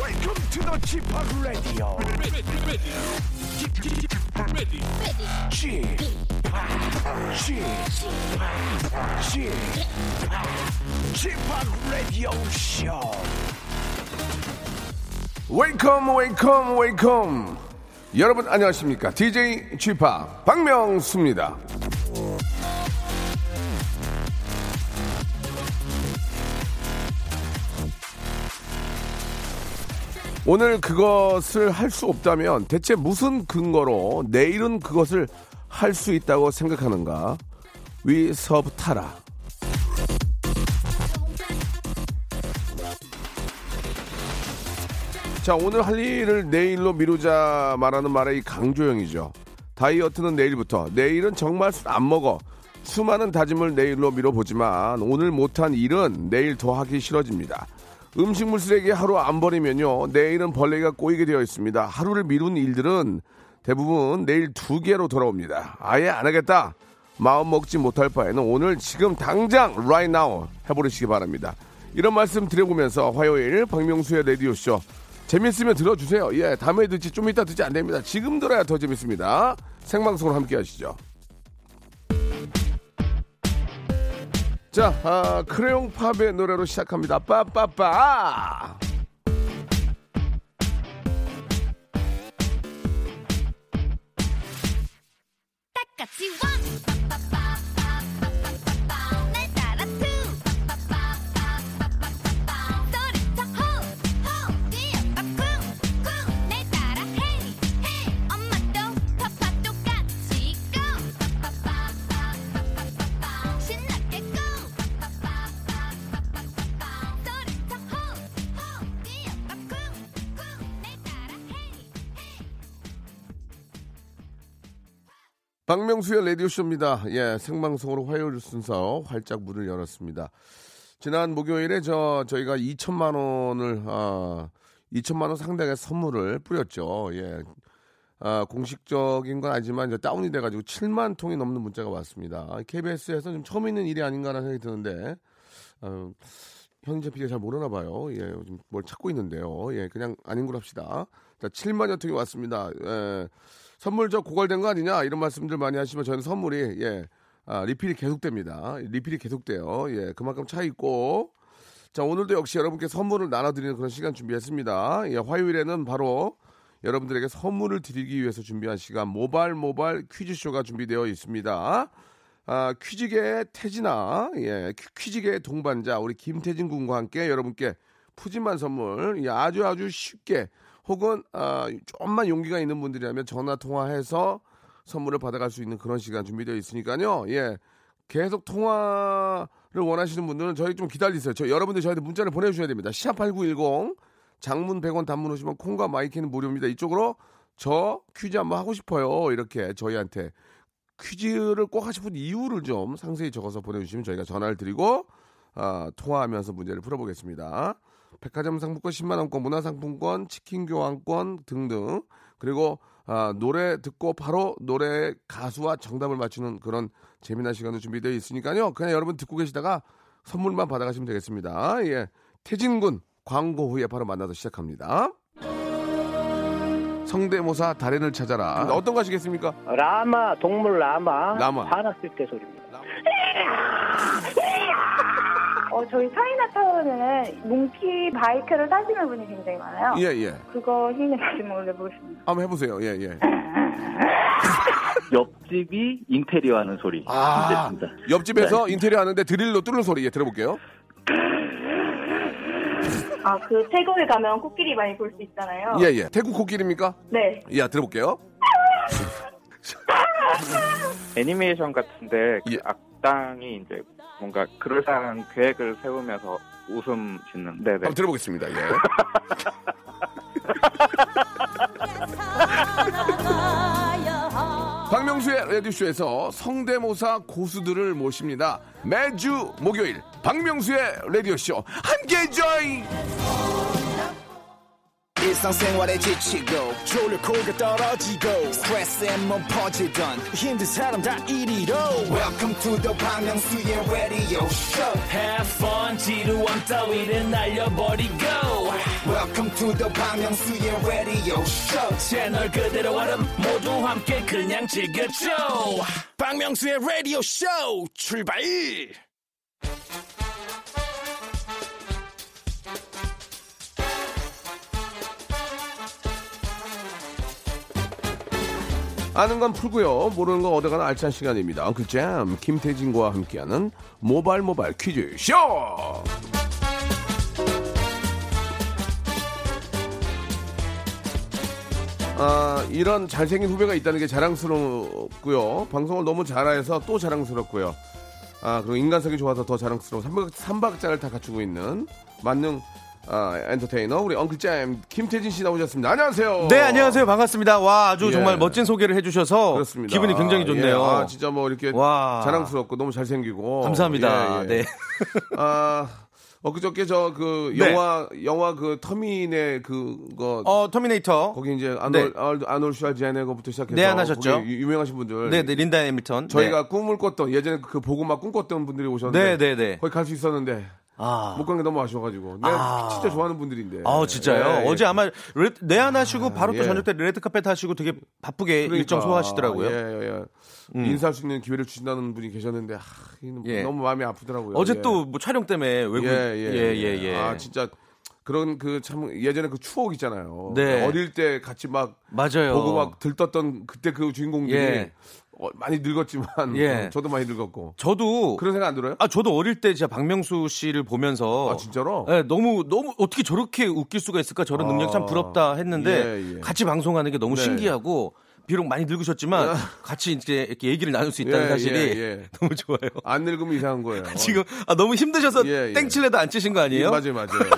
Welcome to the g p o p Radio. ready, ready, ready, g p o p g p g p o p Radio Show. 웨이컴 웨이컴 웨이컴 여러분 안녕하십니까 DJ g p o p 박명수입니다 오늘 그것을 할 수 없다면 대체 무슨 근거로 내일은 그것을 할 수 있다고 생각하는가 위서부타라 자 오늘 할 일을 내일로 미루자 말하는 말의 이 강조형이죠. 다이어트는 내일부터. 내일은 정말 술 안 먹어. 수많은 다짐을 내일로 미뤄보지만 오늘 못한 일은 내일 더 하기 싫어집니다. 음식물 쓰레기 하루 안 버리면요. 내일은 벌레가 꼬이게 되어 있습니다. 하루를 미룬 일들은 대부분 내일 두 개로 돌아옵니다. 아예 안 하겠다. 마음 먹지 못할 바에는 오늘 지금 당장 right now 해버리시기 바랍니다. 이런 말씀 드려보면서 화요일 박명수의 레디오쇼 재밌으면 들어주세요. 예, 다음에 듣지 좀 이따 듣지 안 됩니다. 지금 들어야 더 재밌습니다. 생방송으로 함께 하시죠. 자, 아, 크레용 팝의 노래로 시작합니다. 빠빠빠. 같이 원. 빠빠빠빠빠빠빠빠. 날 따라 투. 빠빠빠빠빠빠빠빠. 소리쳐 호, 호. 뛰어 빠 쿵, 쿵. 날 따라 헤이, 헤이. 엄마도 파파 똑같이 고. 빠빠빠빠빠빠빠빠. 신나게 고. 빠빠빠빠빠빠빠. 소리쳐 호, 호. 뛰어 빠 쿵, 쿵. 날 따라 헤이, 헤이. 박명수의 라디오쇼입니다. 예, 생방송으로 화요일 순서 활짝 문을 열었습니다. 지난 목요일에 저, 저희가 2천만 원을, 아, 2천만 원 상당의 선물을 뿌렸죠. 예. 아, 공식적인 건 아니지만 이제 다운이 돼가지고 7만 통이 넘는 문자가 왔습니다. KBS에서 좀 처음 있는 일이 아닌가라는 생각이 드는데, 어, 현재 피디가 잘 모르나 봐요. 예, 요즘 뭘 찾고 있는데요. 예, 그냥 아닌 걸 합시다. 자, 7만여 통이 왔습니다. 예, 선물 저 고갈된 거 아니냐 이런 말씀들 많이 하시면 저는 선물이 예, 아, 리필이 계속됩니다. 리필이 계속돼요. 예, 그만큼 차 있고 자 오늘도 역시 여러분께 선물을 나눠드리는 그런 시간 준비했습니다. 예, 화요일에는 바로 여러분들에게 선물을 드리기 위해서 준비한 시간 모발 모발 퀴즈쇼가 준비되어 있습니다. 아, 퀴즈계의 태진아, 예, 퀴- 퀴즈계의 동반자 우리 김태진 군과 함께 여러분께 푸짐한 선물 예, 아주 아주 쉽게 혹은 아, 조금만 용기가 있는 분들이라면 전화 통화해서 선물을 받아갈 수 있는 그런 시간 준비되어 있으니까요. 예, 계속 통화를 원하시는 분들은 저희 좀 기다리세요. 저 여러분들 저희한테 문자를 보내주셔야 됩니다. 시합 8910 장문 100원 단문 오시면 콩과 마이키는 무료입니다. 이쪽으로 저 퀴즈 한번 하고 싶어요. 이렇게 저희한테 퀴즈를 꼭 하고 싶은 이유를 좀 상세히 적어서 보내주시면 저희가 전화를 드리고 아, 통화하면서 문제를 풀어보겠습니다. 백화점 상품권 10만 원권, 문화상품권, 치킨 교환권 등등 그리고 아, 노래 듣고 바로 노래 가수와 정답을 맞추는 그런 재미난 시간도 준비되어 있으니까요. 그냥 여러분 듣고 계시다가 선물만 받아가시면 되겠습니다. 예, 태진군 광고 후에 바로 만나서 시작합니다. 성대모사 달인을 찾아라. 어떤 거 하시겠습니까? 라마 동물 라마 라마. 화났을 때 소리입니다. 어, 저희 차이나타운에는 몽키 바이크를 타시는 분이 굉장히 많아요. 예, 예. 그거 힘내서 올려보겠습니다. 한번 해보세요. 예, 예. 옆집이 인테리어 하는 소리. 아, 문제입니다. 네. 옆집에서 인테리어 하는데 드릴로 뚫는 소리. 예, 들어볼게요. 아, 그 태국에 가면 코끼리 많이 볼 수 어. 있잖아요. 예, 예. 태국 코끼리입니까? 네. 예, 들어볼게요. 애니메이션 같은데 그 예. 악당이 이제 뭔가 그럴싸한 계획을 세우면서 웃음 짓는. 네네. 한번 들어보겠습니다. 예. 박명수의 라디오쇼에서 성대모사 고수들을 모십니다. 매주 목요일 박명수의 라디오쇼 함께 join! 일상생활에 지치고, 졸려 코가 떨어지고, 스트레스에 몸 퍼지던, 힘든 사람 다 이리로. welcome to the Bang Myung-soo's radio show Have fun 지루함 따위를 날려버리고 welcome to the Bang Myung-soo's radio show 채널 그대로 얼음 모두 함께 그냥 즐겨줘 박명수의 라디오 쇼 출발! 아는 건 풀고요. 모르는 건 얻어가는 알찬 시간입니다. 앙클잼 김태진과 함께하는 모발 모발 퀴즈 쇼. 아, 이런 잘생긴 후배가 있다는 게 자랑스럽고요. 방송을 너무 잘해서 또 자랑스럽고요. 아, 그리고 인간성이 좋아서 더 자랑스러운 삼박, 삼박자를 다 갖추고 있는 만능 아, 엔터테이너 우리 엉클잼 김태진 씨 나오셨습니다. 안녕하세요. 네, 안녕하세요. 반갑습니다. 와, 아주 예. 정말 멋진 소개를 해주셔서 그렇습니다. 기분이 굉장히 좋네요. 예, 아, 진짜 뭐 이렇게 와. 자랑스럽고 너무 잘생기고 감사합니다. 예, 예. 네. 아 엊그저께 저 그 네. 영화 영화 그 터미네 그거 어, 터미네이터. 거기 이제 아놀 네. 아놀- 아놀 슈왈제네거부터 시작해서 네, 안 하셨죠? 거기 유- 유명하신 분들 네, 네, 린다 해밀턴. 저희가 네. 꿈을 꿨던 예전에 그 보고 막 꿈꿨던 분들이 오셨는데 네, 네, 네. 거기 갈 수 있었는데 아. 못 간 게 너무 아쉬워가지고 내가 아. 진짜 좋아하는 분들이인데 아, 진짜요? 예, 예. 어제 아마 레드, 내한 하시고 바로 또 예. 저녁 때 레드카펫 하시고 되게 바쁘게 그러니까. 일정 소화하시더라고요. 음. 예, 예, 예. 인사할 수 있는 기회를 주신다는 분이 계셨는데 아, 이는 예. 너무 마음이 아프더라고요. 어제 예. 또 뭐 촬영 때문에 외국 예, 예, 예, 예, 예. 아, 진짜 그런 그 참 예전에 그 추억 있잖아요. 네. 어릴 때 같이 막 맞아요. 보고 막 들떴던 그때 그 주인공들이 예. 어, 많이 늙었지만 예. 저도 많이 늙었고 저도 그런 생각 안 들어요? 아, 저도 어릴 때 진짜 박명수 씨를 보면서 아, 진짜로? 예, 너무 너무 어떻게 저렇게 웃길 수가 있을까? 저런 아, 능력 참 부럽다 했는데 예, 예. 같이 방송하는 게 너무 네. 아. 신기하고 비록 많이 늙으셨지만 같이 이제 이렇게 얘기를 나눌 수 있다는 예, 사실이 예, 예. 너무 좋아요. 안 늙으면 이상한 거예요. 지금 아, 너무 힘드셔서 예, 예. 땡칠래도 안 치신 거 아니에요? 맞아요, 맞아요. 예,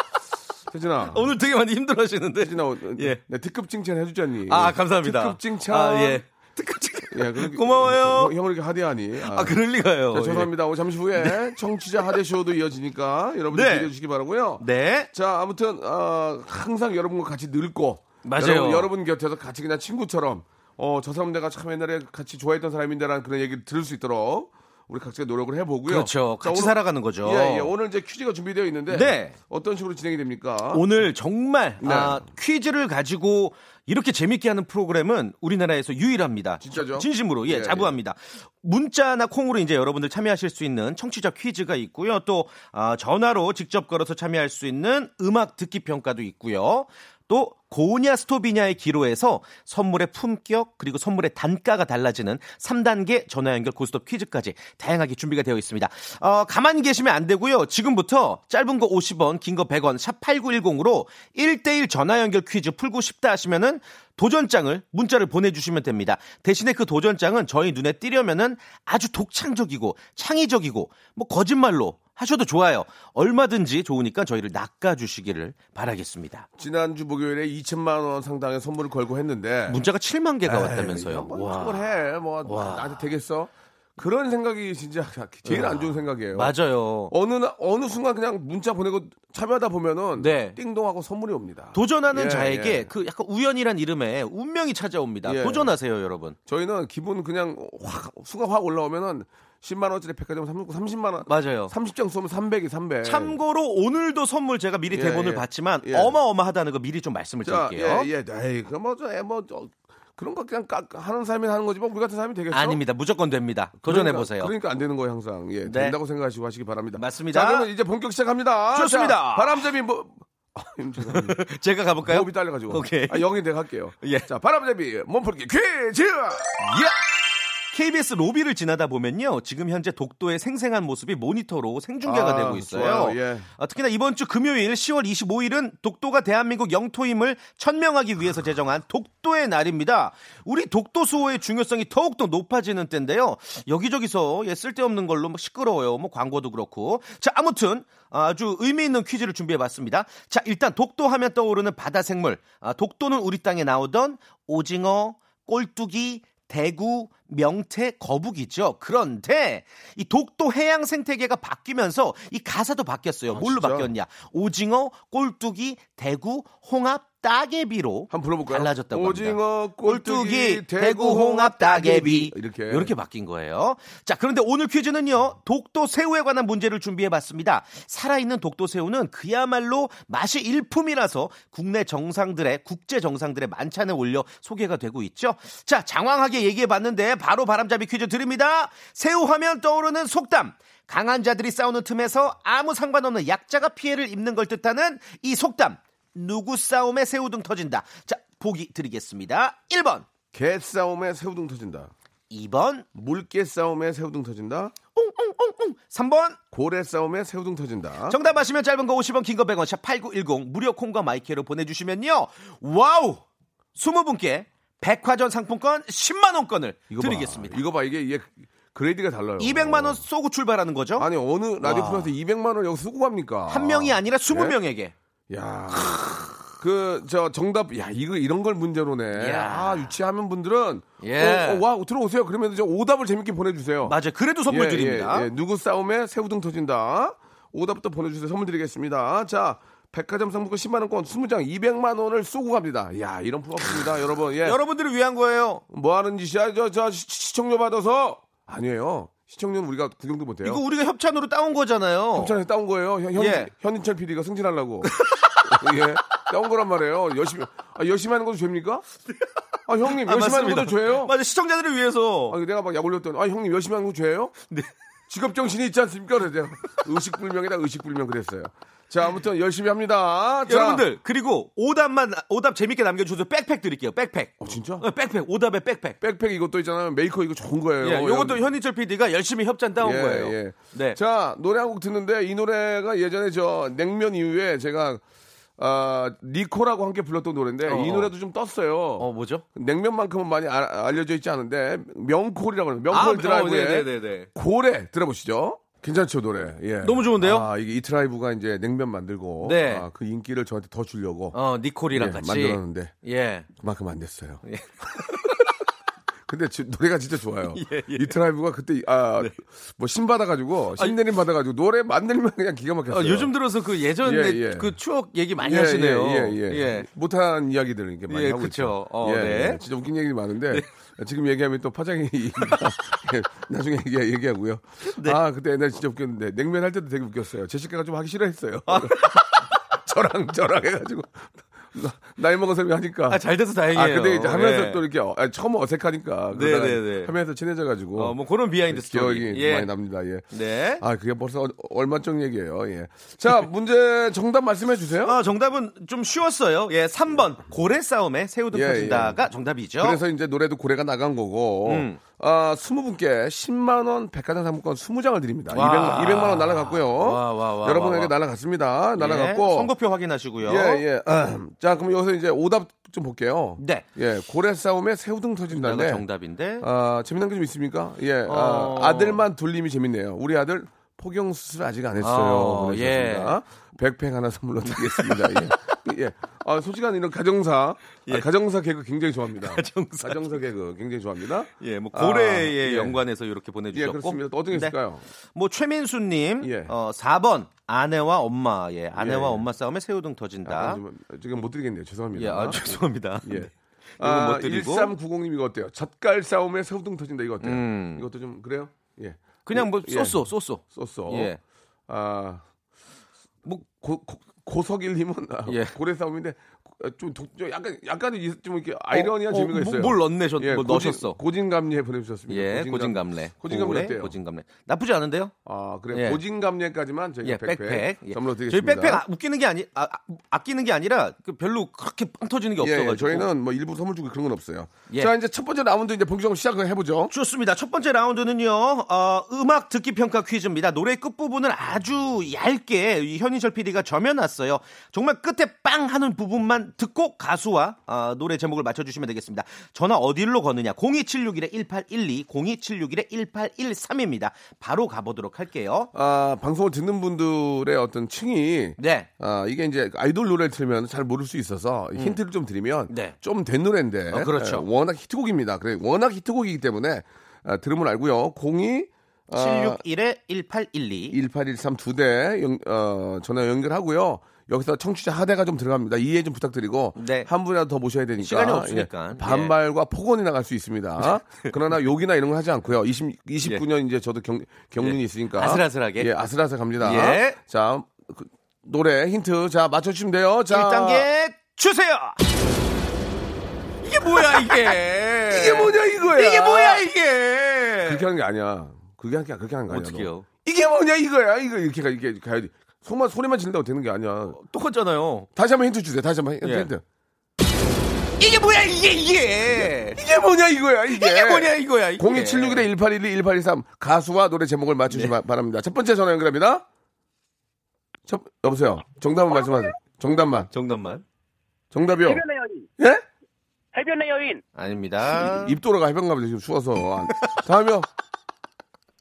예. 태진아. 오늘 되게 많이 힘들어하시는데. 태진아, 어, 예. 내 특급 칭찬 해주잖니. 아 감사합니다. 특급 칭찬. 아, 예. 특급 칭찬. 예, 그렇게- 고마워요. 형, 을 이렇게 하대하니. 아, 아 그럴 리가요. 예. 자, 죄송합니다. 오늘 잠시 후에 청취자 하대 쇼도 이어지니까 여러분들 네. 기대해 주시기 바라고요. 예. 네. 자, 아무튼 어, 항상 여러분과 같이 늙고 맞아요. 여러분, 여러분 곁에서 같이 그냥 친구처럼 어, 저 사람 내가 참 옛날에 같이 좋아했던 사람인데라는 그런 얘기를 들을 수 있도록 우리 각자 노력을 해보고요. 그렇죠. 자, 같이 오늘- 살아가는 거죠. 예, 예. 오늘 이제 퀴즈가 준비되어 있는데 네. 어떤 식으로 진행이 됩니까? 오늘 정말 아, 네. 아, 퀴즈를 가지고 이렇게 재밌게 하는 프로그램은 우리나라에서 유일합니다. 진짜죠? 진심으로 예, 예, 자부합니다. 문자나 콩으로 이제 여러분들 참여하실 수 있는 청취자 퀴즈가 있고요. 또 아, 전화로 직접 걸어서 참여할 수 있는 음악 듣기 평가도 있고요. 또 고냐 스토비냐의 기로에서 선물의 품격 그리고 선물의 단가가 달라지는 3단계 전화 연결 고스톱 퀴즈까지 다양하게 준비가 되어 있습니다. 어, 가만히 계시면 안 되고요. 지금부터 짧은 거 50원, 긴 거 100원, 샵 8910으로 1대1 전화 연결 퀴즈 풀고 싶다 하시면은 도전장을 문자를 보내주시면 됩니다. 대신에 그 도전장은 저희 눈에 띄려면은 아주 독창적이고 창의적이고 뭐 거짓말로 하셔도 좋아요. 얼마든지 좋으니까 저희를 낚아주시기를 바라겠습니다. 지난주 목요일에 2천만 원 상당의 선물을 걸고 했는데 문자가 7만 개가 에이, 왔다면서요. 뭐 와. 그걸 해. 뭐 와. 나한테 되겠어? 그런 생각이 진짜 제일 안 좋은 생각이에요. 맞아요. 어느 나- 어느 순간 그냥 문자 보내고 참여하다 보면은 네. 띵동하고 선물이 옵니다. 도전하는 예, 자에게 예. 그 약간 우연이란 이름의 운명이 찾아옵니다. 예. 도전하세요, 여러분. 저희는 기분 그냥 확 수가 확 올라오면은 10만 원짜리 백화점 30만 원 맞아요. 30장 쏘면 300이 300. 참고로 오늘도 선물 제가 미리 예, 대본을 예. 봤지만 예. 어마어마하다는 거 미리 좀 말씀을 자, 드릴게요. 예, 예. 에이, 그뭐저뭐 저, 그런 거 그냥 깎- 하는 사람이 하는 거지 뭐 우리 같은 사람이 되겠어? 아닙니다. 무조건 됩니다. 도전해 보세요. 그러니까, 그러니까 안 되는 거예요 항상. 예, 네. 된다고 생각하시고 하시기 바랍니다. 맞습니다. 자, 그러면 이제 본격 시작합니다. 좋습니다. 자, 바람잡이 뭐 아, 죄송합니다. 제가 가볼까요? 호흡이 딸려가지고. 오케이. 아, 영이 내가 할게요. 예. 자, 바람잡이 몸풀기 퀴즈! 예! KBS 로비를 지나다 보면요. 지금 현재 독도의 생생한 모습이 모니터로 생중계가 아, 되고 있어요. 좋아요. 예. 아, 특히나 이번 주 금요일 10월 25일은 독도가 대한민국 영토임을 천명하기 위해서 제정한 독도의 날입니다. 우리 독도 수호의 중요성이 더욱더 높아지는 때인데요. 여기저기서 예, 쓸데없는 걸로 뭐 시끄러워요. 뭐 광고도 그렇고. 자, 아무튼 아주 의미 있는 퀴즈를 준비해 봤습니다. 자, 일단 독도 하면 떠오르는 바다 생물. 아, 독도는 우리 땅에 나오던 오징어, 꼴뚜기, 대구, 명태 거북이죠. 그런데 이 독도 해양 생태계가 바뀌면서 이 가사도 바뀌었어요. 뭘로 바뀌었냐? 오징어, 꼴뚜기, 대구, 홍합, 따개비로 한번 불러볼까요? 달라졌다고 오징어, 합니다. 꼴뚜기, 대구, 홍합, 따개비 이렇게. 이렇게 바뀐 거예요. 자, 그런데 오늘 퀴즈는요. 독도 새우에 관한 문제를 준비해 봤습니다. 살아있는 독도 새우는 그야말로 맛이 일품이라서 국내 정상들의 국제 정상들의 만찬에 올려 소개가 되고 있죠. 자, 장황하게 얘기해 봤는데 바로 바람잡이 퀴즈 드립니다. 새우 하면 떠오르는 속담. 강한 자들이 싸우는 틈에서 아무 상관없는 약자가 피해를 입는 걸 뜻하는 이 속담. 누구 싸움에 새우등 터진다. 자, 보기 드리겠습니다. 1번. 개 싸움에 새우등 터진다. 2번. 물개 싸움에 새우등 터진다. 옹옹옹옹. 3번. 고래 싸움에 새우등 터진다. 어? 정답 아시면 짧은 거 50원, 긴 거 100원, 샵 8910, 무료 콩과 마이크로 보내주시면요. 와우! 20분께 백화점 상품권 10만원권을 봐. 드리겠습니다. 이거 봐, 이게, 이게 그레이드가 달라요. 200만원 쏘고 출발하는 거죠? 아니, 어느 라디오 와. 프로에서 200만 원 여기 쓰고 갑니까? 한 명이 아니라 예? 20명에게. 야. 그, 저, 정답, 야, 이거, 이런 걸 문제로네. 야. 아, 유치하면 분들은. 예. 어, 어, 와, 들어오세요. 그러면 저 오답을 재밌게 보내주세요. 맞아요. 그래도 선물 예, 드립니다. 예, 예. 누구 싸움에 새우등 터진다. 오답부터 보내주세요. 선물 드리겠습니다. 자, 백화점 상품권 10만원권 20장 200만원을 쏘고 갑니다. 야 이런 프로입니다. 여러분, 예. 여러분들을 위한 거예요. 뭐 하는 짓이야? 저, 저, 시- 시청료 받아서. 아니에요. 시청료는 우리가 구경도 못해요. 이거 우리가 협찬으로 따온 거잖아요. 협찬에 따온 거예요. 현, 현, 예. 현인철 PD가 승진하려고. 예. 따온 거란 말이에요. 열심히, 아, 열심히 하는 것도 죄입니까? 아, 형님, 아, 열심히 하는 맞습니다. 것도 죄예요? 맞아, 시청자들을 위해서. 아, 내가 막 약 올렸더니, 아, 형님, 열심히 하는 거 죄예요? 네. 직업 정신이 있지 않습니까? 그래서 내가 의식불명에다 의식불명 그랬어요. 자, 아무튼 열심히 합니다. 자. 여러분들, 그리고 오답만, 오답 재밌게 남겨주셔서 백팩 드릴게요. 백팩. 어, 진짜? 어, 백팩, 오답에 백팩. 백팩 이것도 있잖아요. 메이커 뭐 이거 좋은 거예요. 예, 요것도 현인철 PD가 열심히 협찬 따온 예, 거예요. 예. 네. 자 노래 한 곡 듣는데 이 노래가 예전에 저 냉면 이후에 제가 아 니코라고 함께 불렀던 노래인데 어. 이 노래도 좀 떴어요. 어, 뭐죠? 냉면만큼은 많이 알, 알려져 있지 않은데 명콜이라고 하는 명콜 드라이브의 아, 어, 네네네. 고래 들어보시죠. 괜찮죠 노래. 예. 너무 좋은데요? 아 이게 이 트라이브가 이제 냉면 만들고 네. 아, 그 인기를 저한테 더 주려고 어, 니콜이랑 예, 같이. 만들었는데 예. 그만큼 안 됐어요. 예. 근데 지- 노래가 진짜 좋아요. 예, 네. 예. 이 트라이브가 그때 아뭐 신받아가지고 신내림 받아가지고 노래 만들면 그냥 기가 막혔어요. 어, 요즘 들어서 그 예전에 예, 예. 그 추억 얘기 많이 예, 하시네요. 예, 예, 예. 예. 못한 이야기들을 이렇게 많이 예, 하고 그쵸. 있죠. 어, 네. 예, 진짜 웃긴 얘기 많은데 지금 얘기하면 또 파장이 예, 나중에 얘기, 얘기하고요. 네. 아 그때 옛날 진짜 웃겼는데 냉면 할 때도 되게 웃겼어요. 제시카가 좀 하기 싫어했어요. 아. 저랑 저랑 해가지고 나- 나이 먹어서 하니까 아, 잘 돼서 다행이에요. 아, 근데 이제 하면서 예. 또 이렇게 어, 아, 처음 어색하니까 네, 그러다가 네, 네. 하면서 친해져가지고 어, 뭐 그런 비하인드 스토리. 기억이 예. 많이 납니다. 예. 네. 아 그게 벌써 어- 얼마 전 얘기예요. 예. 자 문제 정답 말씀해 주세요. 아, 정답은 좀 쉬웠어요. 예, 3번. 고래 싸움에 새우등 예, 터진다가 정답이죠. 그래서 이제 노래도 고래가 나간 거고 어? 음. 아 20분께 10만 원 백화점 상품권 20장을 드립니다. 와. 200, 200만 원 날아갔고요. 와, 와, 와, 여러분에게 와, 와. 날아갔습니다. 날아갔고 예, 선거표 확인하시고요. 예, 예. 자, 그럼 여기서 이제 오답 좀 볼게요. 네. 예, 고래 싸움에 새우등 정답 터진다는데 정답인데. 네. 아, 재미난 게 좀 있습니까? 예. 어. 아, 들만 돌림이 재밌네요. 우리 아들 포경 수술 아직 안 했어요. 어, 보내주셨습니다. 백팩 하나 선물로 드리겠습니다. 예. 예. 아, 솔직한 이런 가정사, 아, 가정사 개그 굉장히 좋아합니다. 예. 가정사. 개그 굉장히 좋아합니다. 예, 뭐 아, 고래에 예. 연관해서 이렇게 예, 보내주셨고. 그렇습니다. 또 어떤 게 네. 있을까요? 뭐 최민수님, 예. 어, 4번 아내와 엄마, 예, 아내와 예, 예. 엄마 싸움에 새우등 터진다. 약간 아, 좀- 지금 못 드리겠네요. 죄송합니다. 예, 아, 죄송합니다. 예. 이건 아, 못 드리고. 1390님 이거 어때요? 젓갈 싸움에 새우등 터진다 이거 어때요? 음. 이것도 좀 그래요? 예. 그냥 뭐 예. 어? 쏘쏘 쏘쏘. 쏘쏘. 예. 아, 뭐 고, 고, 고석일님은 아, 예. 고래 싸움인데 고- 좀, 독, 좀 약간 약간 이- 좀 이렇게 아이러니한 어, 재미가 어, 있어요. 예, 뭘 넣네셨, 뭘 고진- 넣으셨어. 고진감리에 보내주셨습니다. 예, 고진감래. 고진감래 고래, 어때요? 고진감래. 나쁘지 않은데요? 아 그래 예. 고진감리까지만 저희가 예, 백팩, 백팩. 예. 선물로 저희 드리겠습니다. 백팩 아, 웃기는 게 아니, 아, 아, 아끼는 게 아니라 그 별로 그렇게 빵 터지는 게 예, 없어가지고. 예, 저희는 뭐 일부 선물 주고 그런 건 없어요. 예. 자 이제 첫 번째 라운드 이제 본격적으로 시작을 해보죠. 좋습니다. 첫 번째 라운드는요, 어, 음악 듣기 평가 퀴즈입니다. 노래 끝부분을 아주 얇게 이 현인철 PD가 점여놨어요. 정말 끝에 빵 하는 부분만 일단 듣고 가수와 아, 노래 제목을 맞춰주시면 되겠습니다. 전화 어디로 거느냐 02761-1812 02761-1813입니다. 바로 가보도록 할게요. 아, 방송을 듣는 분들의 어떤 층이 네. 아, 이게 이제 아이돌 노래를 들으면 잘 모를 수 있어서 힌트를 좀 드리면 좀 된 노래인데 음. 네. 어, 그렇죠. 예, 워낙 히트곡입니다. 그래 워낙 히트곡이기 때문에 아, 들으면 알고요. 02 아, 761-1812 1813 두대 어, 전화 연결하고요. 여기서 청취자 하대가 좀 들어갑니다. 이해 좀 부탁드리고 한 분이라도 더 모셔야 되니까 네. 시간이 없으니까. 네. 예, 반발과 폭언이 나갈 수 있습니다. 그러나 욕이나 이런 건 하지 않고요. 20, 29년 이제 저도 경, 경륜이 있으니까 예. 아슬아슬하게. 예, 아슬아슬 갑니다. 예. 자 그, 노래 힌트 자 맞춰주시면 돼요. 자 1단계 주세요. 이게 뭐야 이게? 이게 뭐냐 이거야? 이게 뭐야 이게? 그렇게 하는 게 아니야. 그게 하는 게 그렇게 하는 거 아니야. 어떡해요? 너. 이게 뭐냐 이거야 이거 이렇게 가 이렇게 가야지. 소만 소리만 질린다고 되는 게 아니야. 똑같잖아요. 다시 한번 힌트 주세요. 다시 한번 힌트. 예. 힌트. 이게 뭐야 이게 이게? 이게 뭐냐 이거야 이게. 이게 뭐냐 이거야 이게? 0276에 1812, 1823 가수와 노래 제목을 네. 맞추시 기 바랍니다. 첫 번째 전화 연결합니다. 첫, 여보세요. 정답만 말씀하세요. 정답만. 정답만. 정답이요. 해변의 여인. 예? 해변의 여인. 아닙니다. 입 돌아가 해변 가면 지금 추워서. 안- 다음이요.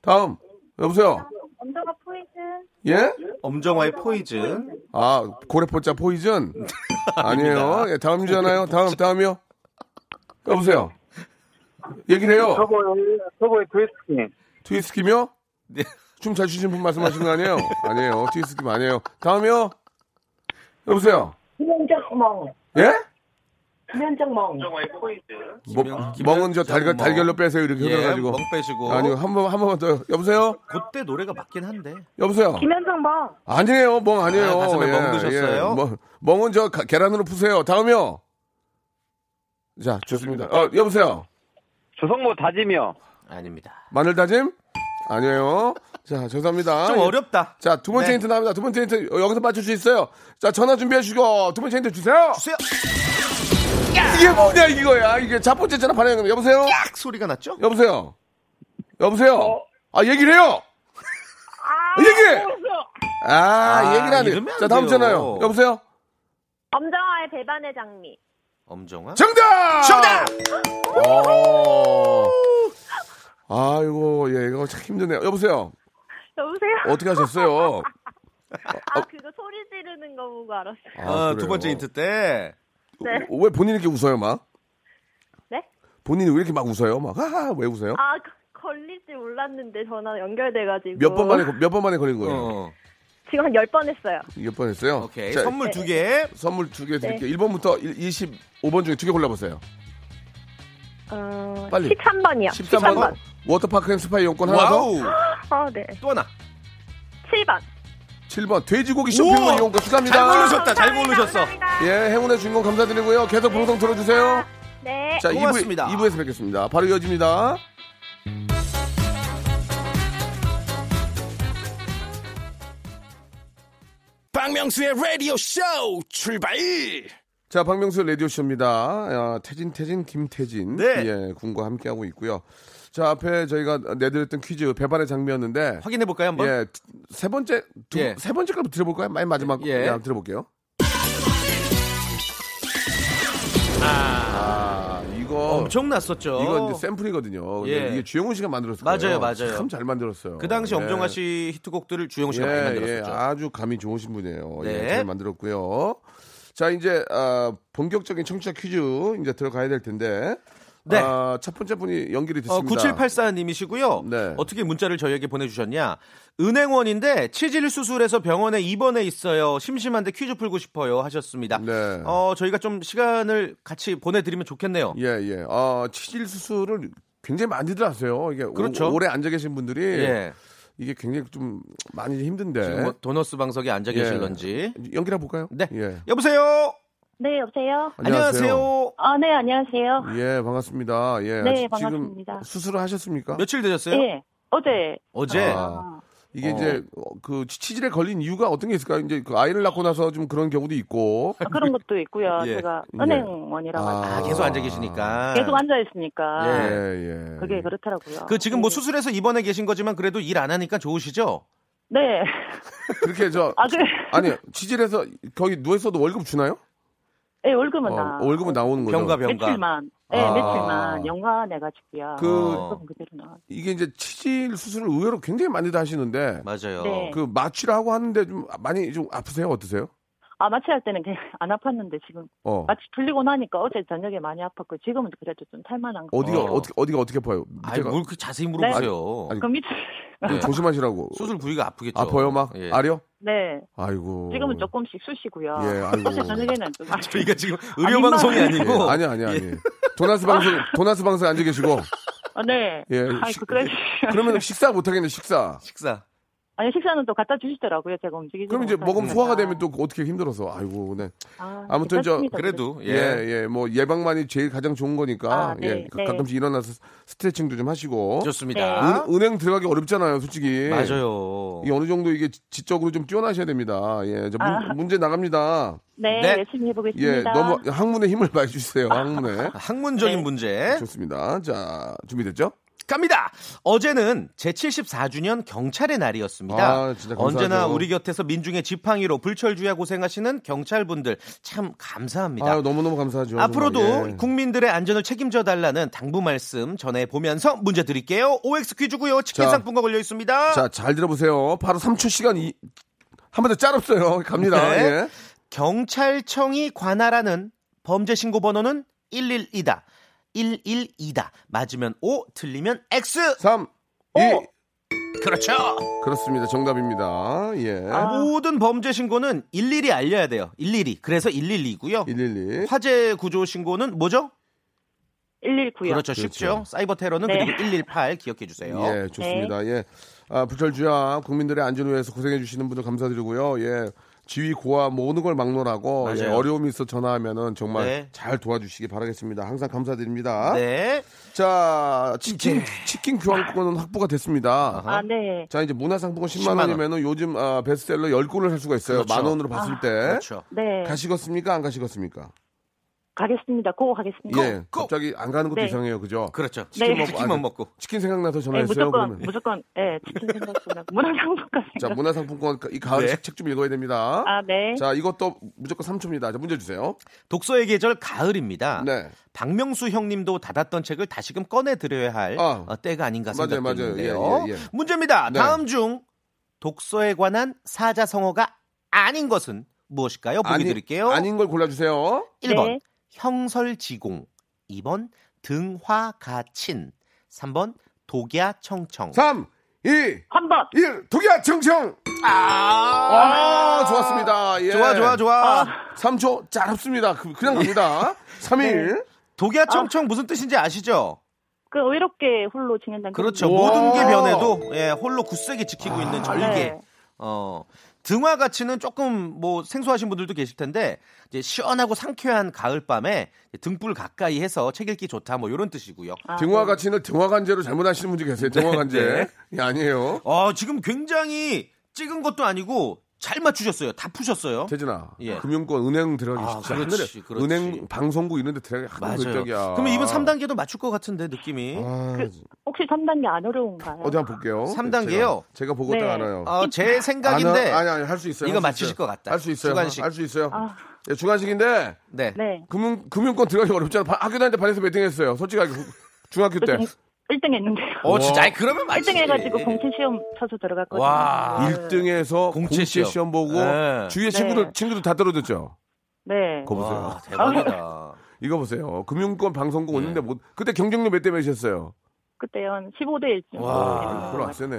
다음. 여보세요. 엄정아 포이즌. 예? 엄정화의 포이즌. 아 고래포자 포이즌 아니에요. 예, 다음 주잖아요. 다음 다음이요. 여보세요. 얘기를 해요. 터보의, 터보의 트위스팅. 트위스키며 춤잘 추신 분 말씀하시는 거 아니에요? 아니에요. 트위스키 아니에요. 다음이요. 여보세요. 김현정멍. 예? 김현정멍. 뭐, 멍은 저 달걀, 멍. 달걀로 빼세요 이렇게 예, 흘려가지고 멍 빼시고. 아니요 한번한 번만 더 여보세요 그때 노래가 맞긴 한데. 여보세요 김현정멍. 아니에요 멍 아니에요 아, 가슴에 예, 멍 드셨어요? 예. 멍, 멍은 저 가- 계란으로 푸세요 다음이요 자 좋습니다 어 여보세요 조성모 다짐이요. 아닙니다. 마늘 다짐? 아니에요. 자, 죄송합니다. 예. 좀 어렵다. 자, 두 번째 네. 힌트 나옵니다. 두 번째 힌트 어, 여기서 맞출 수 있어요. 자, 전화 준비해 주시고 두 번째 힌트 주세요. 주세요. 이게 뭐냐 이거야. 이게 첫 번째 전화 받아요. 그럼 여보세요. 깍 소리가 났죠? 여보세요. 여보세요. 어. 아, 얘기를 해요. 얘기해. 아, 아, 얘기를 안 이러면 해. 안 자, 다음 돼요. 전화요. 여보세요. 엄정화의 배반의 장미. 엄정화. 정답! 정답! 어. 아이고, 예, 이거 참 힘드네요. 여보세요. 여보세요? 어떻게 하셨어요? 아, 그거 소리 지르는 거 보고 알았어요. 아, 두 번째 힌트 때. 네. 왜 본인이 이렇게 웃어요, 막? 네? 본인이 왜 이렇게 막 웃어요? 막, 하하, 왜 웃어요? 아, 거- 걸릴 줄 몰랐는데 전화 연결돼가지고. 몇 번 만에, 몇 번 만에 걸린 어, 거예요? 지금 한 10번 했어요. 몇 번 네. 했어요? 오케이. 선물 두 개. 선물 두 개 드릴게요. 네. 1번부터 25번 중에 두 개 골라보세요. 어, 빨리. 13번이요. 13번. 워터파크 앤 스파 이용권 어, 하나 더. 아, 네. 또 하나. 7번. 7번. 돼지고기 쇼핑 우와! 이용권 축하합니다. 잘 고르셨다. 잘 고르셨어. 예, 행운의 주인공 감사드리고요. 계속 방송 들어주세요. 네. 자, 2부, 2부에서 뵙겠습니다. 바로 이어집니다. 박명수의 라디오 쇼 출발! 자, 박명수 라디오 쇼입니다. 아, 태진, 태진, 김태진, 네. 예, 군과 함께 하고 있고요. 자, 앞에 저희가 내드렸던 퀴즈 배반의 장미였는데 확인해 볼까요 한번? 예, 세 번째, 두, 예. 세 번째 걸 들어볼까요? 맨 마지막 예. 예. 한번 들어볼게요. 아, 이거 엄청 났었죠. 이건 이제 샘플이거든요. 근데 예. 이게 주영훈 씨가 만들었을 맞아요, 거예요. 맞아요. 참 잘 만들었어요. 그 당시 예. 엄정화 씨 히트곡들을 주영 씨가 많이 예, 예, 만들었었죠. 아주 감이 좋으신 분이에요. 예, 네. 잘 만들었고요. 자, 이제 아, 본격적인 청취자 퀴즈 이제 들어가야 될 텐데. 네. 아, 첫 번째 분이 연결이 됐습니다. 네. 어, 9784님이시고요. 어떻게 문자를 저희에게 보내주셨냐? 은행원인데 치질 수술해서 병원에 입원해 있어요. 심심한데 퀴즈 풀고 싶어요 하셨습니다. 네. 어, 저희가 좀 시간을 같이 보내드리면 좋겠네요. 예, 예. 아, 치질 수술을 굉장히 많이들 하세요. 이게 오- 그렇죠. 오래 앉아 계신 분들이 예. 이게 굉장히 좀 많이 힘든데. 지금 뭐 도너스 방석에 앉아 예. 계실런지 연결해 볼까요? 네. 예. 여보세요. 네, 여보세요. 안녕하세요. 아, 네, 안녕하세요. 예, 반갑습니다. 예. 네, 지금 반갑습니다. 수술을 하셨습니까? 며칠 네. 되셨어요? 예, 어제. 어제? 아, 이게 어. 이제 어, 그 치- 치질에 걸린 이유가 어떤 게 있을까요? 이제 그 아이를 낳고 나서 좀 그런 경우도 있고. 아, 그런 것도 있고요. 예. 제가 예. 은행원이라고 아, 해서 계속 앉아 계시니까. 계속 앉아 있으니까 네. 예, 예. 그게 그렇더라고요. 예. 그 지금 뭐 수술해서 입원해 계신 거지만 그래도 일 안 하니까 좋으시죠? 네. 그렇게 저 아, 그 아니 치질에서 거기 누워 있어도 월급 주나요? 예, 월급은 어, 나. 월급은 나오는 거죠. 병가, 병가. 며칠만. 예, 아. 며칠만 연가 내가지고요. 그- 월급은 그대로 나. 이게 이제 치질 수술을 의외로 굉장히 많이들 하시는데 맞아요. 네. 그 마취를 하고 하는데 좀 많이 좀 아프세요? 어떠세요? 아 마취할 때는 그냥 안 아팠는데 지금 어. 마취 풀리고 나니까 어제 저녁에 많이 아팠고 지금은 그래도 좀 탈만한 거. 어디가 어. 어. 떻게 어디가 어떻게 아파요? 아니 밑에가 뭘그 자세히 물어보세요. 물어보세요. 아니, 그 밑에. 좀 네. 조심하시라고. 수술 부위가 아프겠죠. 아파요 막 예. 아려? 네. 아이고. 지금은 조금씩 쑤시고요. 예, 아이고. 어제 저녁에는 좀. 저희가 지금 아, 의료 방송이 민망해. 예, 아니고 아니 아니 아니. 도나스 방송 도나스 방송 앉아 계시고 아, 네. 예. 아이 식- 그 그래. 그러면 식사 못 하겠네 식사. 식사. 아니 식사는 또 갖다 주시더라고요. 제가 움직이지. 그럼 이제 먹으면 음. 못하니까. 소화가 되면 또 어떻게 힘들어서 아이고 네. 아, 아무튼 저- 괜찮습니다. 그래도 예. 예, 예, 뭐 예방만이 제일 가장 좋은 거니까 아, 네, 예, 네. 가끔씩 일어나서 스트레칭도 좀 하시고. 좋습니다. 은, 은행 들어가기 어렵잖아요, 솔직히. 맞아요. 이 어느 정도 이게 지- 지적으로 좀 뛰어나셔야 됩니다. 예, 이제 문, 아. 문제 나갑니다. 네, 네. 열심히 해보겠습니다. 예, 너무 학문에 힘을 많이 주세요. 학문에 학문적인 문제 좋습니다. 자, 준비됐죠? 갑니다. 어제는 제 74주년 경찰의 날이었습니다. 아, 진짜 감사하죠. 언제나 우리 곁에서 민중의 지팡이로 불철주야 고생하시는 경찰분들 참 감사합니다. 아유, 너무너무 감사하죠. 앞으로도 정말. 예. 국민들의 안전을 책임져 달라는 당부 말씀 전해 보면서 문제 드릴게요. OX 퀴즈고요. 치킨 자. 상품권 걸려 있습니다. 자, 잘 들어보세요. 바로 3초 시간 이, 한 번 더 짤없어요. 갑니다. 네. 예. 경찰청이 관할하는 범죄 신고 번호는 112다. 112다. 맞으면 O, 틀리면 X. 3, 2, 그렇죠. 그렇습니다. 정답입니다. 예. 아. 모든 범죄 신고는 일일이 알려야 돼요. 일일이. 그래서 112고요. 112. 화재 구조 신고는 뭐죠? 119요. 그렇죠. 쉽죠. 그렇죠. 사이버 테러는 네. 그리고 118 기억해 주세요. 네. 예, 좋습니다. 예. 아, 부철주야 국민들의 안전을 위해서 고생해 주시는 분들 감사드리고요. 예. 지휘 고와 모든 걸 막론하고 맞아요. 예, 어려움이 있어 전화하면은 정말 네. 잘 도와주시기 바라겠습니다. 항상 감사드립니다. 네. 자, 치킨 치킨 교환권은 확보가 됐습니다. 아, 네. 자, 이제 문화상품권 10만, 10만 원. 원이면은 요즘 아, 베스트셀러 10권을 살 수가 있어요. 그렇죠. 만 원으로 봤을 때. 그렇죠. 네. 가시겠습니까? 안 가시겠습니까? 가겠습니다. 고 가겠습니다. 예. 고. 갑자기 안 가는 것도 네. 이상해요. 그죠? 그렇죠. 치킨 치킨 먹- 치킨만 아, 먹고. 치킨 생각나서 네, 예, 전화했어요. 무조건 그러면. 무조건 예 치킨 생각보다 문화상품권 자, 생각. 문화상품권 이 가을 네. 책 좀 읽어야 됩니다. 아 네. 자, 이것도 무조건 3초입니다. 자, 문제 주세요. 독서의 계절 가을입니다. 네. 박명수 형님도 닫았던 책을 다시금 꺼내 드려야 할 아. 어, 때가 아닌가 맞아요, 맞아요. 생각되는데요. 예, 예, 예. 문제입니다. 네. 다음 중 독서에 관한 사자성어가 아닌 것은 무엇일까요? 어, 보기 아니- 드릴게요. 아닌 걸 골라주세요. 1번 네. 형설지공, 2번 등화가친, 3번 독야청청. 3, 2, 한 번. 1. 독야 청청. 아, 좋았습니다. 예. 좋아 좋아 좋아. 3초 짧습니다. 그- 그냥 갑니다. 네. 3일. 독야청청 무슨 뜻인지 아시죠? 그 의롭게 홀로 지낸다는. 그렇죠. 와. 모든 게 변해도 예, 홀로 굳세게 지키고 아. 있는 그런 의미. 절개. 네. 어. 등화 가치는 조금 뭐 생소하신 분들도 계실 텐데 이제 시원하고 상쾌한 가을밤에 등불 가까이 해서 책 읽기 좋다 뭐 이런 뜻이고요. 아, 등화 네. 가치는 등화 관제로 잘못하시는 분들 계세요. 네. 등화 관제. 예, 아니에요. 어, 지금 굉장히 찍은 것도 아니고 잘 맞추셨어요. 다 푸셨어요. 태진아, 예. 금융권 은행 들어가기 아, 쉽지 그렇지, 않은데 그렇지. 은행 방송국 이런 데 들어가기 맞아요. 하도 극적이야. 그럼 이번 3단계도 맞출 것 같은데 느낌이. 아, 혹시 3단계 안 어려운가요? 어디 한번 볼게요. 삼 단계요? 제가, 제가 보고 네. 딱 알아요. 어, 제 생각인데 아니 아니 할 수 있어요. 이거 할수 맞추실 있어요. 것 같다. 할 수 있어요. 주관식. 할 수 있어요. 아. 예, 주관식인데 네. 네. 금융 금융권 들어가기 어렵잖아. 바- 학교 다닐 때 반에서 몇 등 했어요. 솔직하게 구- 중학교 때 1등 했는데요. 어, 진짜 아이, 그러면 맞지. 1등 해가지고 예. 공채 시험 쳐서 들어갔거든요. 와. 네. 1등에서 공채 공채 시험, 시험. 보고 네. 주위에 네. 친구들 친구들 다 떨어졌죠. 네. 그거 보세요. 와, 아, 아, 대박이다. 이거 보세요. 금융권 방송국 네. 오는데 못 그때 경쟁률 몇 대 몇이었어요? 그때요. 한 15대 1쯤. 와, 별로 안 세네.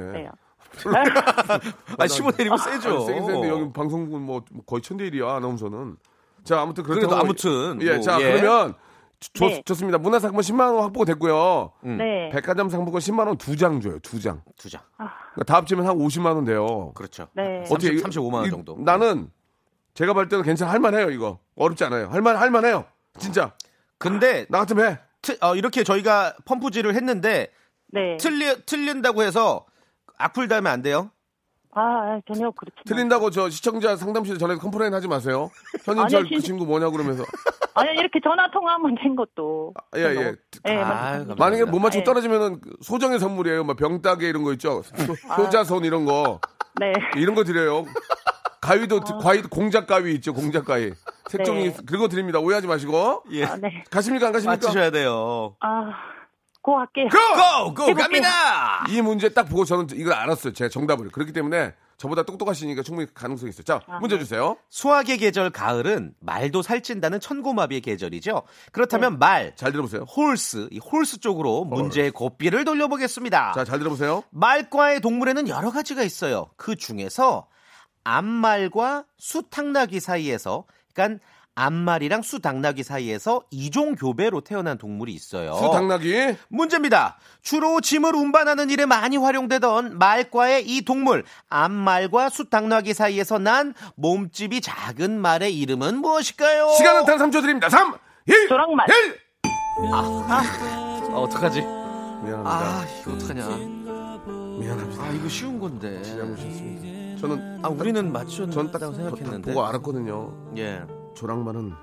아, 15대리면 세죠. 아니, 세긴 센데 여기 방송국은 뭐 거의 천대 일이야 아나운서는. 자 아무튼 그렇다고 그래도 아무튼 예, 뭐, 자 그러면 좋, 네. 좋습니다. 문화상품 10만 원 확보가 됐고요. 음, 네. 백화점 상품권 10만 원 두 장 줘요. 두 장. 두 장. 그러니까 다 합치면 한 50만 원 돼요. 그렇죠. 네. 어떻게 30, 35만 원 정도. 이- 나는 제가 볼 때는 괜찮아 할만해요 이거 어렵지 않아요. 할만 할만해요. 진짜 근데 나 같으면 해. 트- 어, 이렇게 저희가 펌프질을 했는데 네. 틀리 틀린다고 해서 악플 달면 안 돼요. 아, 전혀 그렇지. 틀린다고 저 시청자 상담실에 전화해서 컴플레인 하지 마세요. 현인철 아니요, 그 진- 친구 뭐냐 고 그러면서 아니, 이렇게 전화 통화하면 된 것도. 예 예. 네, 아유, 맞습니다. 감사합니다. 만약에 못 맞추고 네. 떨어지면은 그 소정의 아. 선물이에요. 막 병따개 이런 거 있죠. 효- 효자손 이런 거 네. 이런 거 드려요. 가위도 과위 공작 가위 있죠 공작 가위 색종이 아. 네. 긁어드립니다 오해하지 마시고 예. 아, 네. 가십니까 안 가십니까 맞추셔야 돼요 아, 고 할게요. 고! 고! 해볼게요. 갑니다! 이 문제 딱 보고 저는 이걸 알았어요 제 정답을 그렇기 때문에 저보다 똑똑하시니까 충분히 가능성이 있어요 자 아, 문제 네. 주세요 수학의 계절 가을은 말도 살찐다는 천고마비의 계절이죠. 네. 그렇다면 말, 잘 들어보세요 홀스, 이 홀스 쪽으로 문제의 고삐를 돌려보겠습니다. 자 잘 들어보세요 말과의 동물에는 여러 가지가 있어요. 그 중에서 암말과 수탕나귀 사이에서, 그러니까 암말이랑 수당나귀 사이에서 이종 교배로 태어난 동물이 있어요. 수당나기 문제입니다. 주로 짐을 운반하는 일에 많이 활용되던 말과의 이 동물, 암말과 수당나귀 사이에서 난 몸집이 작은 말의 이름은 무엇일까요? 시간은 단 3초 드립니다 3 1 도랑말. 1 아, 어떡하지? 미안합니다 아, 이거 어떡하냐. 미안합니다 아, 이거 쉬운 건데. 잘못했습니다 저는 아, 우리는 전딱 맞췄다고 생각했는데. 보고 알았거든요 예. 아. 조랑말은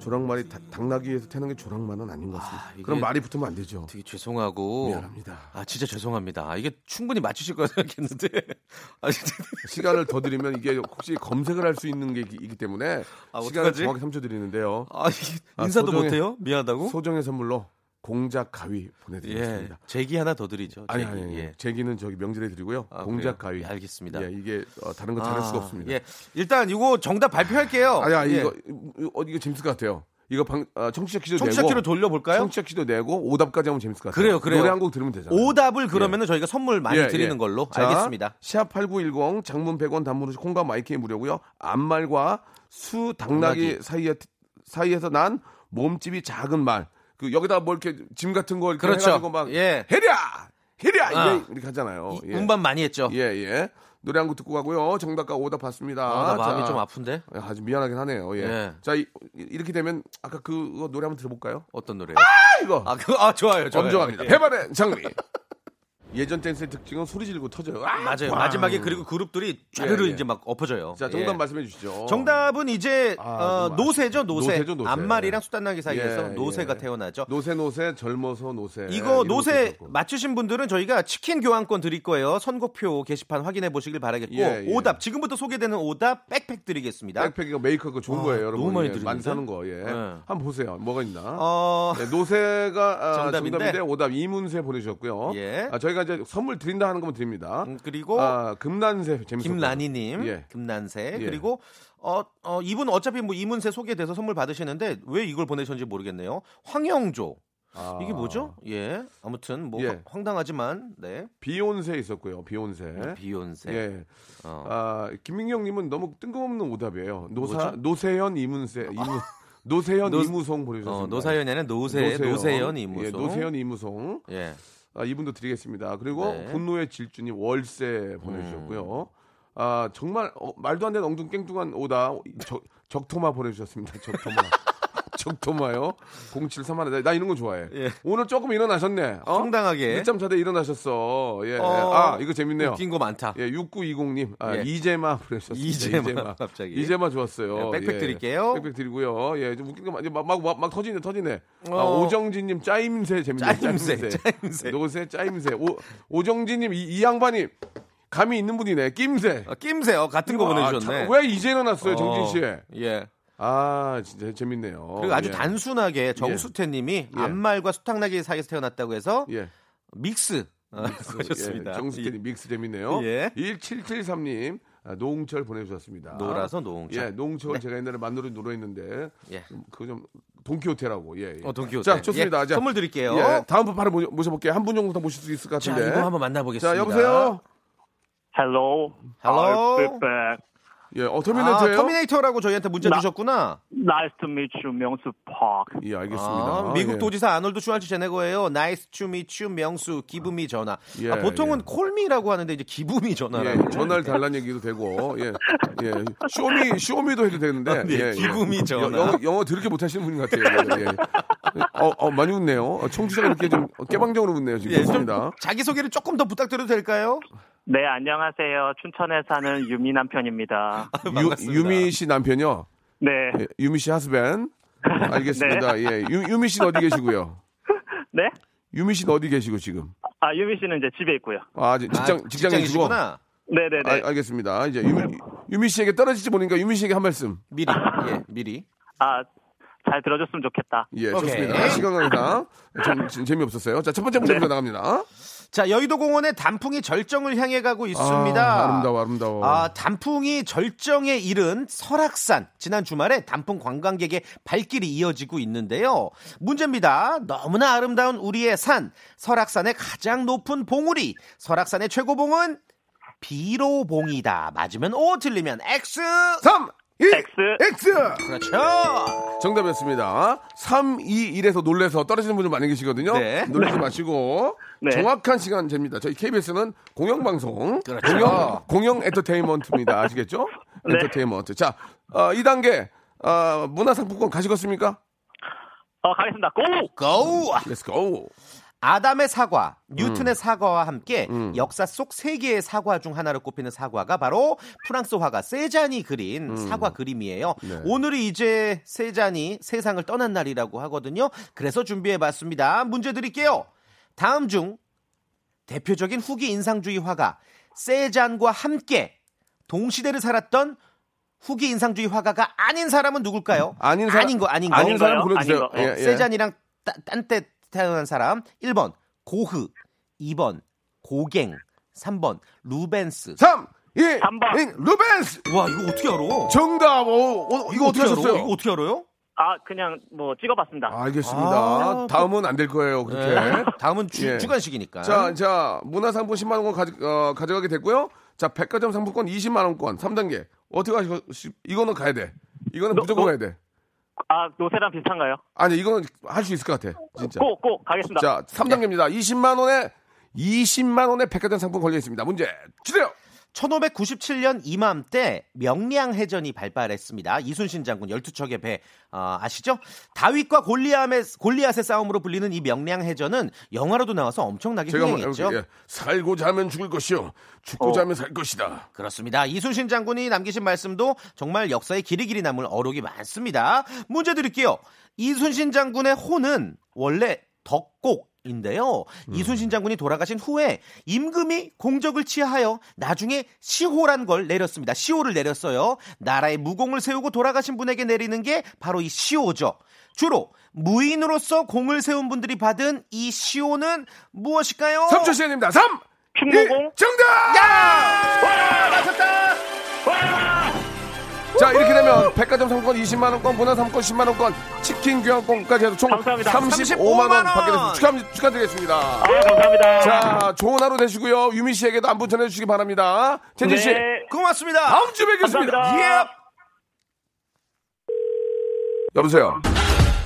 조랑말이 다- 당나귀에서 태는 게 조랑말은 아닌 것 같습니다. 이게- 그럼 말이 붙으면 안 되죠. 되게 죄송하고. 미안합니다. 아, 진짜 죄송합니다. 아, 이게 충분히 맞추실 거라 생각했는데. 아, 진짜. 시간을 더 드리면 이게 혹시 검색을 할 수 있는 게 있기 때문에 아, 시간을 어떡하지? 정확히 3초 드리는데요. 아, 이게 아, 인사도 소정의- 못해요? 미안하다고? 소정의 선물로 공작 가위 예. 보내드리겠습니다. 제기 하나 더 드리죠. 아니 제기. 아니, 아니 예. 제기는 저기 명절에 드리고요. 아, 공작 그래요? 가위. 예, 알겠습니다. 예, 이게 어, 다른 거 잘할 아, 수가 없습니다. 예. 일단 이거 정답 발표할게요. 아야 예. 이거 어, 이거 재밌을 것 같아요. 이거 방 아, 청취자 퀴즈 청취자 내고 퀴로 돌려볼까요? 청취자 퀴즈 내고 오답까지 하면 재밌을 것 같아요. 그래요, 그래요. 노래 한 곡 들으면 되잖아요. 오답을 그러면은 저희가 선물 많이 예, 드리는 예. 걸로 자, 알겠습니다. 샵8910 장문 100원 단문으로 콩과 마이크 무료고요. 암말과 수 당나귀 당나귀. 사이에 사이에서 난 몸집이 작은 말. 그 여기다 뭐 이렇게 짐 같은 거 이렇게 그렇죠. 해가지고 막 예. 해랴 해랴 아. 이게 이렇게 하잖아요. 이- 예. 운반 많이 했죠. 예 예. 노래 한 곡 듣고 가고요. 정답과 오답 봤습니다. 아, 나 마음이 자, 예, 좀 아픈데 아주 미안하긴 하네요. 예. 예. 자 이, 렇게 되면 아까 그 노래 한번 들어볼까요? 어떤 노래요? 아 이거 아, 그, 아 좋아요, 좋아요. 엄정합니다. 예. 해발의 장미. 예전 댄스의 특징은 소리 지르고 터져요. 아, 맞아요. 꽝. 마지막에 그리고 그룹들이 쫘르르 예, 예. 이제 막 엎어져요. 자 정답 예. 말씀해 주시죠. 정답은 이제 어. 아, 어, 너무 노세죠, 노세. 노세죠, 노세. 암말이랑 수단나기 사이에서 예, 노세가 예. 태어나죠. 노세 노세 젊어서 노세. 이거 이런 것도 노세 있었고. 맞추신 분들은 저희가 치킨 교환권 드릴 거예요. 선곡표 게시판 확인해 보시길 바라겠고 예, 예. 오답 지금부터 소개되는 오답 백팩 드리겠습니다. 백팩이가 메이커 그 좋은 아, 거예요, 여러분. 너무 많이 예, 들리는데? 많이 사는 거. 예. 예. 한번 보세요. 뭐가 있나? 어, 예, 노세가 아, 정답인데. 정답인데? 오답 이문세 보내주셨고요. 예. 아, 저희가 이제 선물 드린다 하는 거면 드립니다. 음, 그리고 아, 금난세 재밌었고 김란희님, 예. 김난세 예. 그리고 어, 어, 이분 어차피 뭐 이문세 소개돼서 선물 받으시는데 왜 이걸 보내셨는지 모르겠네요. 황영조 아, 이게 뭐죠? 예, 아무튼 뭐 예. 황- 황당하지만 네 비욘세 있었고요. 비욘세. 음, 비욘세. 예. 어. 아, 김민경님은 너무 뜬금없는 오답이에요. 노사 뭐죠? 노세현 이문세 이문 노세현 노- 이무송 보내주셨습니다. 어, 노사연에는 노세 노세현. 노세연 이무소. 예, 노세현 이무송. 예. 아, 이분도 드리겠습니다. 그리고 네. 분노의 질주님 월세 보내주셨고요. 음. 아 정말 어, 말도 안 되는 엉뚱 깽뚱한 오다 적, 적토마 보내주셨습니다. 적토마. 적토마요. 0731. 나 이런 거 좋아해. 예. 오늘 조금 일어나셨네. 어? 황당하게. 늦잠 자대 일어나셨어. 예. 어, 아 이거 재밌네요. 웃긴 거 많다. 예, 6920님. 아, 예. 이제마 보내셨습니다. 이제마, 갑자기. 이제마 좋았어요. 예, 백팩 드릴게요. 백팩 드리고요. 예, 좀 웃긴 거 많이 막, 막, 막, 막 터지네, 터지네. 아, 어. 오정진님 짜임새 재밌네요. 짜임새, 짜임새. 노세 짜임새. 오, 오정진님 이, 이 양반이 감이 있는 분이네. 낌새. 아, 낌새요 같은 거 보내주셨네. 아, 참, 왜 이제 일어났어요, 어, 정진 씨? 예. 아, 진짜 재밌네요. 그리고 아주 예. 단순하게 정수태님이 예. 암말과 수탕나기 사이에서 태어났다고 해서 예. 믹스 어, 하셨습니다. 예, 정수태님 믹스 재밌네요. 예. 1773님 아, 노홍철 보내주셨습니다. 노라서 노홍철. 예, 노홍철 제가 옛날에 만들어 노래했는데 네. 예. 그거 좀 동키호테라고. 예. 예. 어, 동키호테. 자, 좋습니다. 예, 자, 선물 드릴게요. 예, 다음 분 바로 모- 모셔볼게요. 한 분 정도 더 모실 수 있을 것 자, 같은데. 이거 한번 만나보겠습니다. 자, 여보세요. Hello. I'll Hello. be back. 예, 어, 아, 터미네이터예요. 터미네이터라고 저희한테 문자 네. 나- 주셨구나. Nice to meet you, 명수 Park. 예, 알겠습니다. 아, 미국 예. 도지사 아놀드 슈왈츠 제네거예요. 나이스 투미 추 명수 기부미 전화. 예, 아, 보통은 예. 콜미라고 하는데 이제 기부미 예, 전화라고. 전화를 달란 얘기도 되고, 예, 예, 쇼미, 쇼미도 해도 되는데, 예, 기구미 전화. 여- 영어, 영어 들게 못하시는 분 같아요. 예. 어, 어, 많이 웃네요. 어, 청취자가 이렇게 좀 깨방정으로 웃네요. 지금 예, 좀 좋습니다. 자기 소개를 조금 더 부탁드려도 될까요? 네, 안녕하세요. 춘천에 사는 유미 남편입니다. 반갑습니다. 유, 미씨 남편요. 네. 이 예, 유미 씨 하스밴. 알겠습니다. 예, 유, 유미 씨는 어디 계시고요? 네? 유미 씨는 어디 계시고 지금? 아, 유미 씨는 이제 집에 있고요. 아, 지- 직장 직장이시고. 아, 직장이시구나. 네네네. 아, 알겠습니다. 이제 유미, 유미 씨에게 떨어질지 보니까 유미 씨에게 한 말씀. 미리. 예, 미리. 아, 잘 들어줬으면 좋겠다. 예, 좋습니다. 시간 관계상 좀, 지- 재미없었어요. 자, 첫 번째 문제부터 나갑니다. 자, 여의도 공원의 단풍이 절정을 향해 가고 있습니다. 아, 아름다워, 아름다워. 아, 단풍이 절정에 이른 설악산. 지난 주말에 단풍 관광객의 발길이 이어지고 있는데요. 문제입니다. 너무나 아름다운 우리의 산. 설악산의 가장 높은 봉우리. 설악산의 최고봉은 비로봉이다. 맞으면 O, 틀리면 X. 3, 2, X. X. 그렇죠. 정답이었습니다. 3, 2, 1에서 놀래서 떨어지는 분들 많이 계시거든요. 네. 놀라지 마시고 네. 정확한 시간 잽니다. 저희 KBS는 공영방송, 그렇죠. 공영, 공영 엔터테인먼트입니다. 아시겠죠? 네. 엔터테인먼트. 자, 어, 2단계 어, 문화상품권 가시겠습니까? 어, 가겠습니다. 고! 고! Let's go. 아담의 사과, 음. 뉴턴의 사과와 함께 역사 속 세 개의 사과 중 하나로 꼽히는 사과가 바로 프랑스 화가 세잔이 음. 그린 사과 그림이에요. 네. 오늘이 이제 세잔이 세상을 떠난 날이라고 하거든요. 그래서 준비해 봤습니다. 문제 드릴게요. 다음 중 대표적인 후기 인상주의 화가 세잔과 함께 동시대를 살았던 후기 인상주의 화가가 아닌 사람은 누굴까요? 아닌 사람- 아닌 거 아닌 거. 어, 아닌 사람 불러주세요. 아닌 거. 예, 예. 세잔이랑 따- 딴때 태어난 사람 1번 고흐, 2번 고갱, 3번 루벤스. 3, 2, 3번. 루벤스. 와 이거 어떻게 알아? 정답. 오, 오, 이거 어떻게 알아? 하셨어요? 이거 어떻게 알아요? 아, 그냥 뭐 찍어봤습니다. 알겠습니다. 아, 다음은 안 될 거예요. 그렇게. 네. 다음은 주, 예. 주간식이니까. 자, 자, 문화상품 10만 원권 가져, 어, 가져가게 됐고요. 자, 백화점 상품권 20만 원권 3단계. 어떻게 하시고 싶- 이거는 가야 돼. 이거는 무조건 가야 돼. 아, 노세랑 비슷한가요? 아니, 이거는 할 수 있을 것 같아. 진짜. 고, 고, 가겠습니다. 자, 3단계입니다. 20만 원에 20만 원의 백화점 상품 걸려 있습니다. 문제 주세요. 1597년 이맘때 명량해전이 발발했습니다. 이순신 장군 12척의 배 아, 아시죠? 다윗과 골리앗의, 골리앗의 싸움으로 불리는 이 명량해전은 영화로도 나와서 엄청나게 제가 한번 흥행했죠. 해볼게요. 예. 살고 자면 죽을 것이요. 죽고 자면 살 것이다. 그렇습니다. 이순신 장군이 남기신 말씀도 정말 역사에 길이 길이 남을 어록이 많습니다. 문제 드릴게요. 이순신 장군의 호는 원래 덕곡인데요. 이순신 장군이 돌아가신 후에 임금이 공적을 취하여 나중에 시호란 걸 내렸습니다. 시호를 내렸어요. 나라에 무공을 세우고 돌아가신 분에게 내리는 게 바로 이 시호죠. 주로 무인으로서 공을 세운 분들이 받은 이 시호는 무엇일까요? 3초 시간입니다. 3! 충무공? 정답! 와, 맞췄다! 자 이렇게 되면 백화점 상권 20만 원권, 문화 상권 10만 원권, 치킨 교환권까지 해서 총 감사합니다. 35만 원 35만 받게 됐습니다. 축하, 축하드리겠습니다. 아, 감사합니다. 자 좋은 하루 되시고요. 유미 씨에게도 안부 전해주시기 바랍니다. 재진 씨 네. 고맙습니다. 다음 주에 뵙겠습니다. 예. 감사합니다. 여보세요.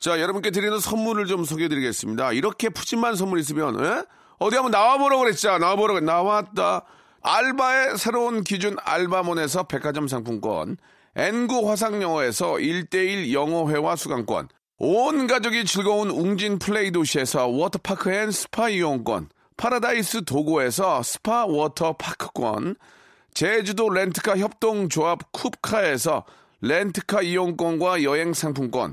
자, 여러분께 드리는 선물을 좀 소개해 드리겠습니다. 이렇게 푸짐한 선물 있으면, 에? 어디 한번 나와보라고 그랬잖아. 나와보라고. 그랬- 나왔다. 알바의 새로운 기준 알바몬에서 백화점 상품권, N구 화상영어에서 1대1 영어회화 수강권, 온 가족이 즐거운 웅진 플레이 도시에서 워터파크 앤 스파 이용권, 파라다이스 도고에서 스파 워터파크권, 제주도 렌트카 협동조합 쿱카에서 렌트카 이용권과 여행 상품권,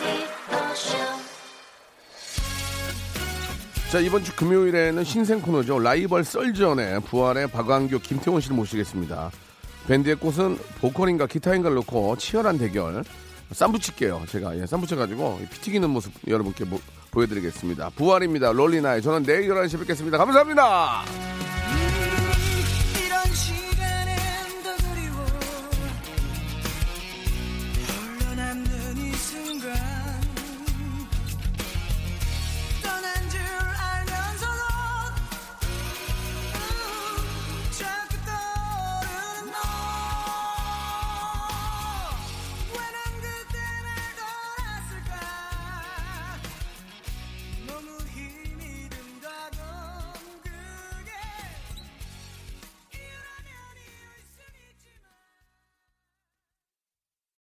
네, 자 이번 주 금요일에는 신생 코너죠 라이벌 썰전의 부활의 박완규 김태원 씨를 모시겠습니다 밴드의 꽃은 보컬인가 기타인가를 놓고 치열한 대결 쌈붙일게요 제가 예, 쌈붙여가지고 피 튀기는 모습 여러분께 보, 보여드리겠습니다 부활입니다 롤리나이 저는 내일 11시에 뵙겠습니다 감사합니다